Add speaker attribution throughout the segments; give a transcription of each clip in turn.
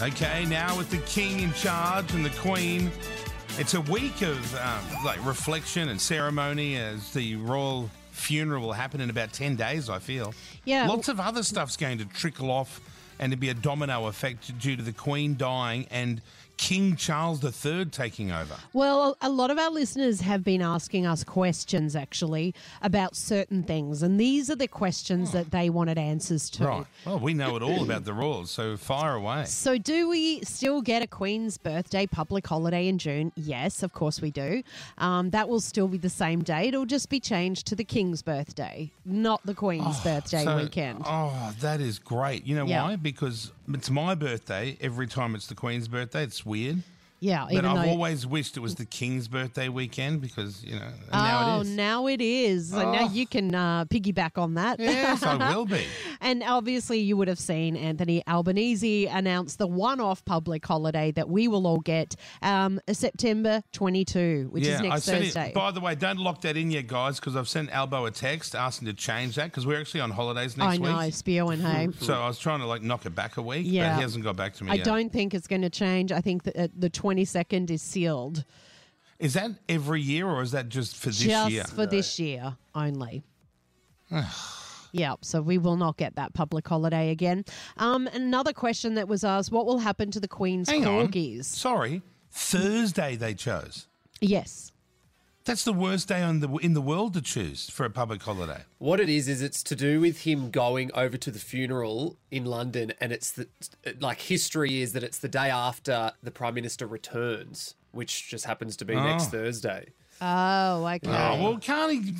Speaker 1: Okay, now with the king in charge and the queen, it's a week of um, like reflection and ceremony as the royal funeral will happen in about ten days. I feel.
Speaker 2: Yeah.
Speaker 1: Lots of other stuff's going to trickle off, and to be a domino effect due to the queen dying and King Charles III taking over.
Speaker 2: Well, a lot of our listeners have been asking us questions actually about certain things, and these are the questions that they wanted answers to.
Speaker 1: Right. Well, we know it all about the royals, so fire away.
Speaker 2: So, do we still get a Queen's birthday public holiday in June? Yes, of course we do. Um, that will still be the same day. It'll just be changed to the King's birthday, not the Queen's birthday
Speaker 1: Oh, So-
Speaker 2: weekend.
Speaker 1: Oh, that is great. You know
Speaker 2: Yeah.
Speaker 1: why? Because it's my birthday every time it's the Queen's birthday. It's weird.
Speaker 2: yeah,
Speaker 1: But
Speaker 2: even
Speaker 1: I've
Speaker 2: though.
Speaker 1: always wished it was the King's birthday weekend because, you know, and now it
Speaker 2: Oh,
Speaker 1: is. Oh.
Speaker 2: now it is. And now you can uh, piggyback on that.
Speaker 1: Yes, I will be.
Speaker 2: And obviously, you would have seen Anthony Albanese announce the one off public holiday that we will all get um, September 22, which is
Speaker 1: yeah,
Speaker 2: next
Speaker 1: I sent
Speaker 2: Thursday.
Speaker 1: It, by the way, don't lock that in yet, guys, because I've sent Albo a text asking to change that because we're actually on holidays next
Speaker 2: I
Speaker 1: week.
Speaker 2: know, Spio and Hay.
Speaker 1: So I was trying to like knock it back a week, but
Speaker 2: Yeah.
Speaker 1: he hasn't got back to me
Speaker 2: I
Speaker 1: yet.
Speaker 2: don't think it's going to change. I think that uh, the 22nd is sealed
Speaker 1: Is that every year or is that just for this
Speaker 2: just
Speaker 1: year?
Speaker 2: for this year only. Yep, so we will not get that public holiday again. Um, another question that was asked what will happen to the Queen's
Speaker 1: Hang on.
Speaker 2: corgis?
Speaker 1: Sorry, Thursday they chose.
Speaker 2: Yes.
Speaker 1: That's the worst day on the, in the world to choose for a public holiday.
Speaker 3: What it is is it's to do with him going over to the funeral in London, and it's the like history is that it's the day after the prime minister returns, which just happens to be next
Speaker 1: Oh.
Speaker 3: Thursday.
Speaker 2: Oh, okay.
Speaker 1: Oh, well, can't he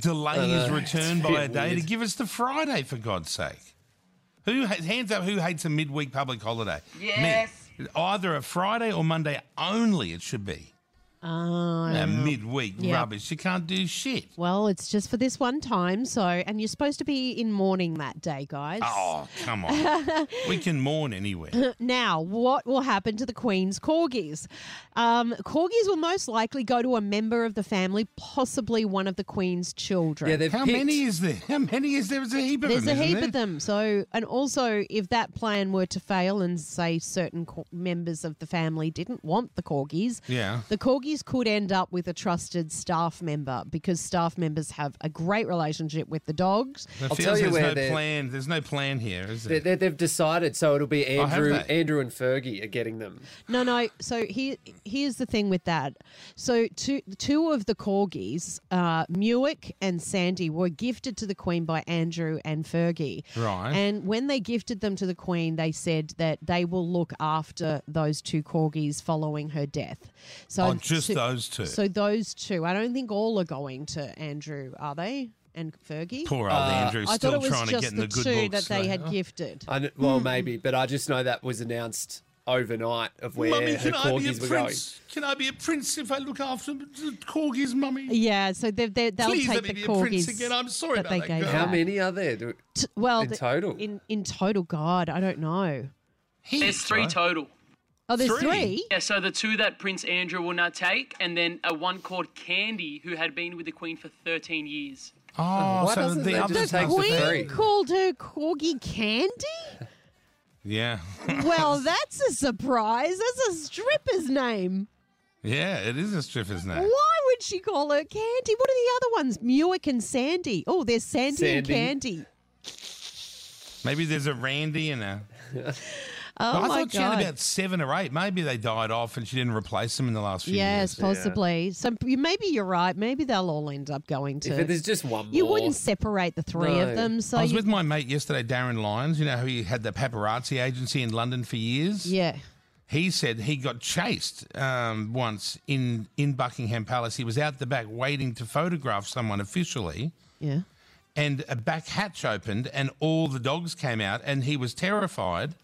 Speaker 1: delay
Speaker 2: Uh,
Speaker 1: his return
Speaker 3: it's a
Speaker 1: by a
Speaker 3: bit
Speaker 1: day to
Speaker 3: weird.
Speaker 1: give us the Friday, for God's sake? Who ha- Hands up who hates a midweek public holiday?
Speaker 4: Yes.
Speaker 1: Me. Either a Friday or Monday only, it should be.
Speaker 2: Oh,
Speaker 1: A midweek
Speaker 2: Yeah.
Speaker 1: rubbish. You can't do shit.
Speaker 2: Well, it's just for this one time, so and you're supposed to be in mourning that day, guys.
Speaker 1: Oh, come on. we can mourn anywhere.
Speaker 2: Now, what will happen to the Queen's corgis? Um, corgis will most likely go to a member of the family, possibly one of the Queen's children.
Speaker 3: Yeah, they've
Speaker 1: How
Speaker 3: picked-
Speaker 1: many is there? How many is there? There's a heap of
Speaker 2: There's
Speaker 1: them.
Speaker 2: a
Speaker 1: isn't
Speaker 2: heap
Speaker 1: there?
Speaker 2: of them. So, and also, if that plan were to fail and say certain co- members of the family didn't want the corgis,
Speaker 1: Yeah.
Speaker 2: the corgis could end up with a trusted staff member because staff members have a great relationship with the dogs.
Speaker 1: It
Speaker 3: I'll
Speaker 1: feels
Speaker 3: tell you
Speaker 1: there's
Speaker 3: where
Speaker 1: no
Speaker 3: they're-
Speaker 1: plan. There's no plan here, is
Speaker 3: They,
Speaker 1: there?
Speaker 3: they, they've decided, so it'll be
Speaker 1: Oh, have
Speaker 3: Andrew,
Speaker 1: they?
Speaker 3: Andrew and Fergie are getting them.
Speaker 2: No, no. So here, here's the thing with that. So two, two of the corgis, uh, Muick and Sandy, were gifted to the Queen by Andrew and Fergie.
Speaker 1: Right.
Speaker 2: And when they gifted them to the Queen, they said that they will look after those two corgis following her death. So
Speaker 1: Oh, just
Speaker 2: two-
Speaker 1: those two.
Speaker 2: So those two. I don't think all are going to Andrew, are they? And Fergie.
Speaker 1: Poor old Andrew's
Speaker 2: Uh, I thought
Speaker 1: still
Speaker 2: it was
Speaker 1: trying
Speaker 2: just
Speaker 1: to get in the,
Speaker 2: the,
Speaker 1: good
Speaker 2: two
Speaker 1: books.
Speaker 2: that they
Speaker 1: so-
Speaker 2: had gifted.
Speaker 3: I kn- well, maybe, but I just know that was announced overnight of where
Speaker 1: Mummy,
Speaker 3: her
Speaker 1: can I be a
Speaker 3: corgis were going.
Speaker 1: prince? Can I be a prince if I look after the corgis, mummy?
Speaker 2: Yeah, so they they they'll
Speaker 1: Please
Speaker 2: take
Speaker 1: let me
Speaker 2: the
Speaker 1: be a
Speaker 2: corgis
Speaker 1: prince again. I'm sorry
Speaker 2: that
Speaker 1: about
Speaker 2: they
Speaker 1: that
Speaker 2: gave
Speaker 1: girl.
Speaker 3: How
Speaker 2: her.
Speaker 3: many are there? Do-
Speaker 2: T- well,
Speaker 3: In
Speaker 2: th-
Speaker 3: total?
Speaker 2: in in total, God, I don't know.
Speaker 4: There's three total.
Speaker 2: Oh, there's
Speaker 1: Three?
Speaker 2: three.
Speaker 4: Yeah, so the two that Prince Andrew will not take, and then a one called Candy, who had been with the Queen for 13 years.
Speaker 1: Oh,
Speaker 3: Why
Speaker 1: so
Speaker 3: doesn't
Speaker 1: the
Speaker 3: they
Speaker 1: others
Speaker 3: just
Speaker 1: must
Speaker 3: take
Speaker 1: have
Speaker 3: the
Speaker 1: been-
Speaker 3: three?
Speaker 2: Queen called her corgi Candy.
Speaker 1: Yeah,
Speaker 2: Well, that's a surprise. That's a stripper's name.
Speaker 1: yeah, it is a stripper's name.
Speaker 2: Why would she call her Candy? What are the other ones? Muick and Sandy. Oh, there's Sandy, and
Speaker 3: Sandy.
Speaker 2: Candy.
Speaker 1: Maybe there's a Randy and a.
Speaker 2: Oh
Speaker 1: I
Speaker 2: my
Speaker 1: thought she had
Speaker 2: God.
Speaker 1: about seven or eight. Maybe they died off and she didn't replace them in the last few
Speaker 2: yes,
Speaker 1: years.
Speaker 2: possibly. So maybe you're right. Maybe they'll all end up going to.
Speaker 3: If there's just one more.
Speaker 2: you wouldn't separate the three of
Speaker 3: No.
Speaker 2: them. So
Speaker 1: I was
Speaker 2: you-
Speaker 1: with my mate yesterday, Darren Lyons. You know who he had the paparazzi agency in London for years.
Speaker 2: yeah.
Speaker 1: he said he got chased um, once in in Buckingham Palace. He was out the back waiting to photograph someone officially,
Speaker 2: Yeah.
Speaker 1: and a back hatch opened, and all the dogs came out, and he was terrified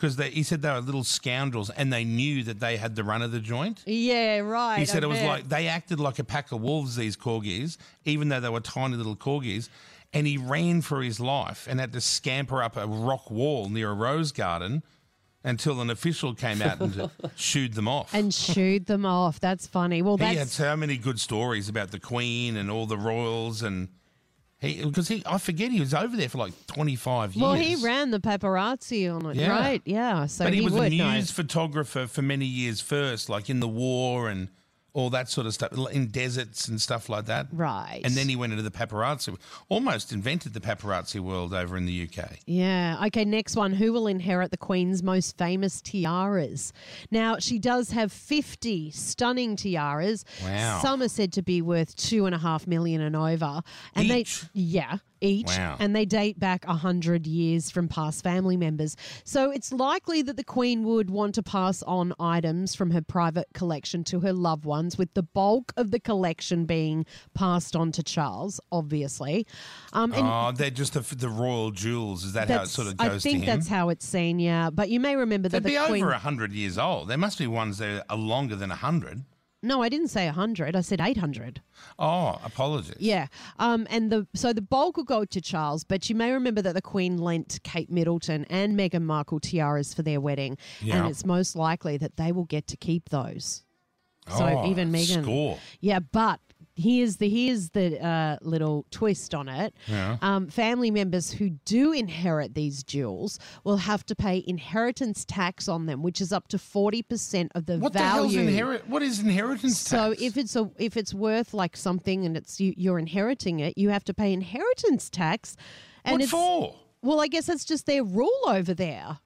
Speaker 1: because he said they were little scoundrels, and they knew that they had the run of the joint.
Speaker 2: Yeah, right.
Speaker 1: He said
Speaker 2: I
Speaker 1: it was
Speaker 2: bet.
Speaker 1: like they acted like a pack of wolves, these corgis, even though they were tiny little corgis. And he ran for his life and had to scamper up a rock wall near a rose garden until an official came out and shooed them off.
Speaker 2: and shooed them off. That's funny. Well,
Speaker 1: he had
Speaker 2: that's
Speaker 1: so many good stories about the Queen and all the royals and He because he I forget he was over there for like twenty five years.
Speaker 2: Well, he ran the paparazzi on it,
Speaker 1: Yeah.
Speaker 2: right? Yeah. So
Speaker 1: but he, was a
Speaker 2: would
Speaker 1: news
Speaker 2: know.
Speaker 1: photographer for many years first, like in the war and all that sort of stuff, in deserts and stuff like that.
Speaker 2: Right.
Speaker 1: And then he went into the paparazzi, almost invented the paparazzi world over in the UK.
Speaker 2: Mm-hmm. Yeah. Okay, next one. Who will inherit the Queen's most famous tiaras? Now, she does have 50 stunning tiaras.
Speaker 1: Wow.
Speaker 2: Some are said to be worth two and a half million and over. And
Speaker 1: Each?
Speaker 2: they Yeah, each.
Speaker 1: Wow.
Speaker 2: And they date back a hundred years from past family members. So it's likely that the Queen would want to pass on items from her private collection to her loved ones, with the bulk of the collection being passed on to Charles, obviously. Um, and
Speaker 1: oh, they're just the, the royal jewels. Is that how it
Speaker 2: that's,
Speaker 1: sort of
Speaker 2: I
Speaker 1: goes
Speaker 2: think
Speaker 1: to him?
Speaker 2: that's how it's seen, yeah. But you may remember that
Speaker 1: They'd be
Speaker 2: the Queen.
Speaker 1: over hundred years old. There must be ones that are longer than hundred.
Speaker 2: no, I didn't say 100. I said 800.
Speaker 1: Oh, apologies.
Speaker 2: Yeah. Um, and the so the bulk will go to Charles, but you may remember that the Queen lent Kate Middleton and Meghan Markle tiaras for their wedding.
Speaker 1: Yeah.
Speaker 2: And it's most likely that they will get to keep those. So
Speaker 1: Oh,
Speaker 2: even Meghan.
Speaker 1: Score.
Speaker 2: Yeah, but here's the here's the uh, little twist on it. Um, family members who do inherit these jewels will have to pay inheritance tax on them, which is up to forty percent of the
Speaker 1: What the
Speaker 2: value.
Speaker 1: hell's inherit? What is inheritance
Speaker 2: so
Speaker 1: tax?
Speaker 2: if it's a if it's worth like something and it's you, you're inheriting it, you have to pay inheritance tax. And
Speaker 1: what
Speaker 2: it's
Speaker 1: for?
Speaker 2: well, I guess that's just their rule over there.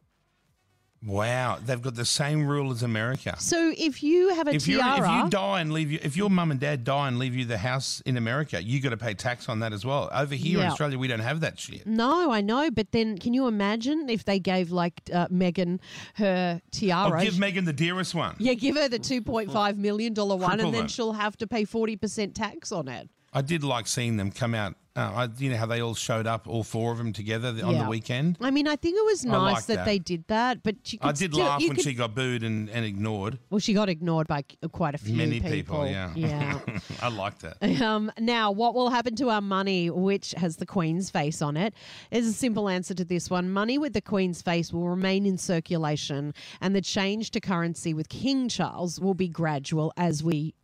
Speaker 1: Wow, they've got the same rule as America.
Speaker 2: So if you have a
Speaker 1: If you
Speaker 2: tiara,
Speaker 1: if you die and leave you if your mum and dad die and leave you the house in America, you got to pay tax on that as well. Over here in
Speaker 2: Yeah. Mm,
Speaker 1: Australia, we don't have that shit.
Speaker 2: No, I know, but then can you imagine if they gave like uh, Megan her tiara?
Speaker 1: I'll Oh, give Megan the dearest one.
Speaker 2: yeah, give her the two point five million dollar one,
Speaker 1: Triple
Speaker 2: and then
Speaker 1: it.
Speaker 2: she'll have to pay forty percent tax on it.
Speaker 1: I did like seeing them come out. Uh, I, you know how they all showed up, all four of them together the- on
Speaker 2: Yeah.
Speaker 1: the weekend.
Speaker 2: I mean, I think it was
Speaker 1: I
Speaker 2: nice
Speaker 1: like
Speaker 2: that,
Speaker 1: that.
Speaker 2: they did that, but you could
Speaker 1: I did
Speaker 2: still,
Speaker 1: laugh
Speaker 2: you
Speaker 1: when
Speaker 2: could-
Speaker 1: she got booed and, and ignored.
Speaker 2: well, she got ignored by c- quite a few
Speaker 1: Many people, yeah.
Speaker 2: yeah.
Speaker 1: I like that.
Speaker 2: Um, now, what will happen to our money, which has the Queen's face on it? Is a simple answer to this one. Money with the Queen's face will remain in circulation, and the change to currency with King Charles will be gradual as we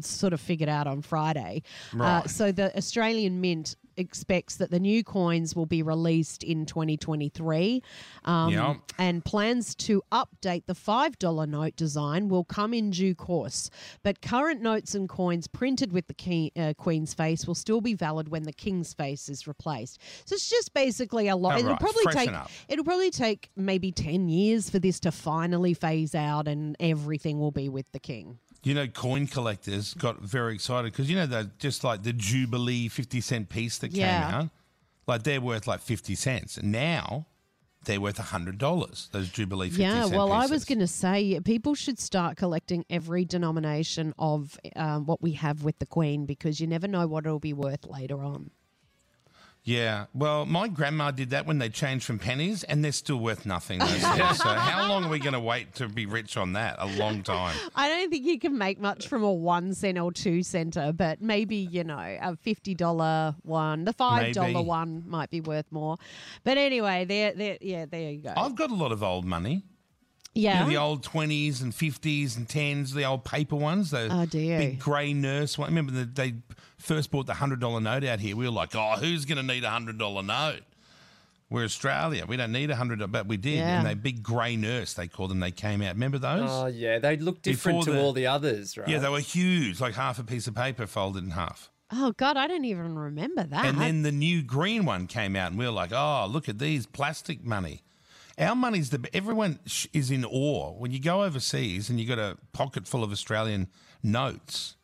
Speaker 2: sort of figured out on Friday. Uh,
Speaker 1: Right.
Speaker 2: so the Australian Mint expects that the new coins will be released in 2023 um,
Speaker 1: Yeah.
Speaker 2: and plans to update the $5 note design will come in due course but current notes and coins printed with the king, uh, queen's face will still be valid when the king's face is replaced so it's just basically a lot
Speaker 1: Oh,
Speaker 2: it'll
Speaker 1: right.
Speaker 2: probably
Speaker 1: Freshen
Speaker 2: take
Speaker 1: up.
Speaker 2: it'll probably take maybe 10 years for this to finally phase out and everything will be with the king
Speaker 1: You know, coin collectors got very excited because you know they just like the Jubilee fifty cent piece that came
Speaker 2: Yeah.
Speaker 1: out. Like they're worth like fifty cents, and now they're worth hundred dollars. Those Jubilee fifty
Speaker 2: Yeah,
Speaker 1: cent
Speaker 2: well, I was
Speaker 1: pieces.
Speaker 2: going to say yeah, people should start collecting every denomination of um, what we have with the Queen because you never know what it'll be worth later on.
Speaker 1: Yeah, well, my grandma did that when they changed from pennies, and they're still worth nothing. those things. so how long are we going to wait to be rich on that? A long time.
Speaker 2: I don't think you can make much from a one cent or two center, but maybe, you know, a $50 one, the $5
Speaker 1: Maybe.
Speaker 2: one might be worth more. But anyway, there, there, yeah, there you go.
Speaker 1: I've got a lot of old money. Oh, You
Speaker 2: yeah.
Speaker 1: know, the old twenties and fifties and tens, the old paper ones, the
Speaker 2: Oh, dear.
Speaker 1: big grey nurse one. Remember the, they first bought the hundred dollar note out here. We were like, oh, who's going to need a hundred dollar note? We're Australia. We don't need a hundred, but we did.
Speaker 2: Yeah.
Speaker 1: And they big grey nurse, they called them. They came out. Remember those?
Speaker 3: Oh yeah, they look different
Speaker 1: Before
Speaker 3: to
Speaker 1: the-
Speaker 3: all the others, right?
Speaker 1: yeah, they were huge, like half a piece of paper folded in half.
Speaker 2: oh, God, I don't even remember that.
Speaker 1: And then the new green one came out, and we were like, "Oh, look at these plastic money." Our money's the everyone sh- is in awe when you go overseas and you got a pocket full of Australian notes.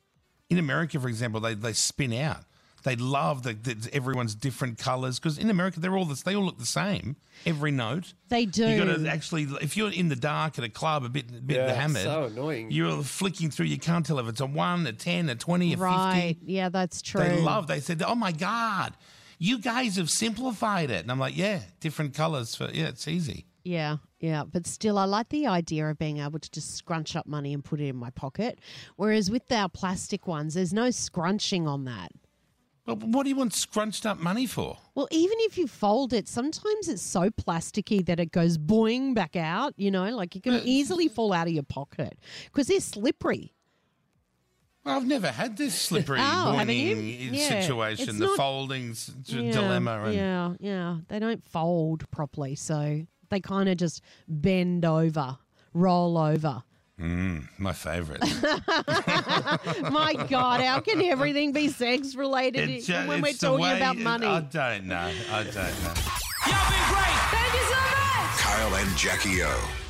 Speaker 1: In America, for example, they they spin out. They love that that everyone's different colours because in America they're all this, they all look the same. Every note
Speaker 2: they do.
Speaker 1: you got to actually if you're in the dark at a club a bit a bit
Speaker 3: Yeah,
Speaker 1: hammered.
Speaker 3: so annoying.
Speaker 1: You're flicking through. You can't tell if it's a one, a ten, a twenty, a fifty.
Speaker 2: right. Yeah, that's true.
Speaker 1: They love. They said, "Oh my god, you guys have simplified it." And I'm like, "Yeah, different colors for yeah, it's easy."
Speaker 2: Yeah, yeah, but still, I like the idea of being able to just scrunch up money and put it in my pocket. Whereas with our plastic ones, there's no scrunching on that.
Speaker 1: Well, what do you want scrunched up money for?
Speaker 2: Well, even if you fold it, sometimes it's so plasticky that it goes boing back out,
Speaker 1: Mm.
Speaker 2: you know, like it can easily fall out of your pocket because they're slippery.
Speaker 1: Well, I've never had this slippery
Speaker 2: Oh, haven't you?
Speaker 1: winning
Speaker 2: Yeah.
Speaker 1: situation,
Speaker 2: It's
Speaker 1: the
Speaker 2: not-
Speaker 1: folding s- d-
Speaker 2: Yeah,
Speaker 1: dilemma. And,
Speaker 2: Yeah, yeah. They don't fold properly, so they kind of just bend over, roll over.
Speaker 1: My favourite.
Speaker 2: My God, how can everything be sex related
Speaker 1: It ju-
Speaker 2: when we're
Speaker 1: it's the
Speaker 2: talking
Speaker 1: way-
Speaker 2: about money?
Speaker 1: I don't know. I don't know.
Speaker 5: Kyle and Jackie O.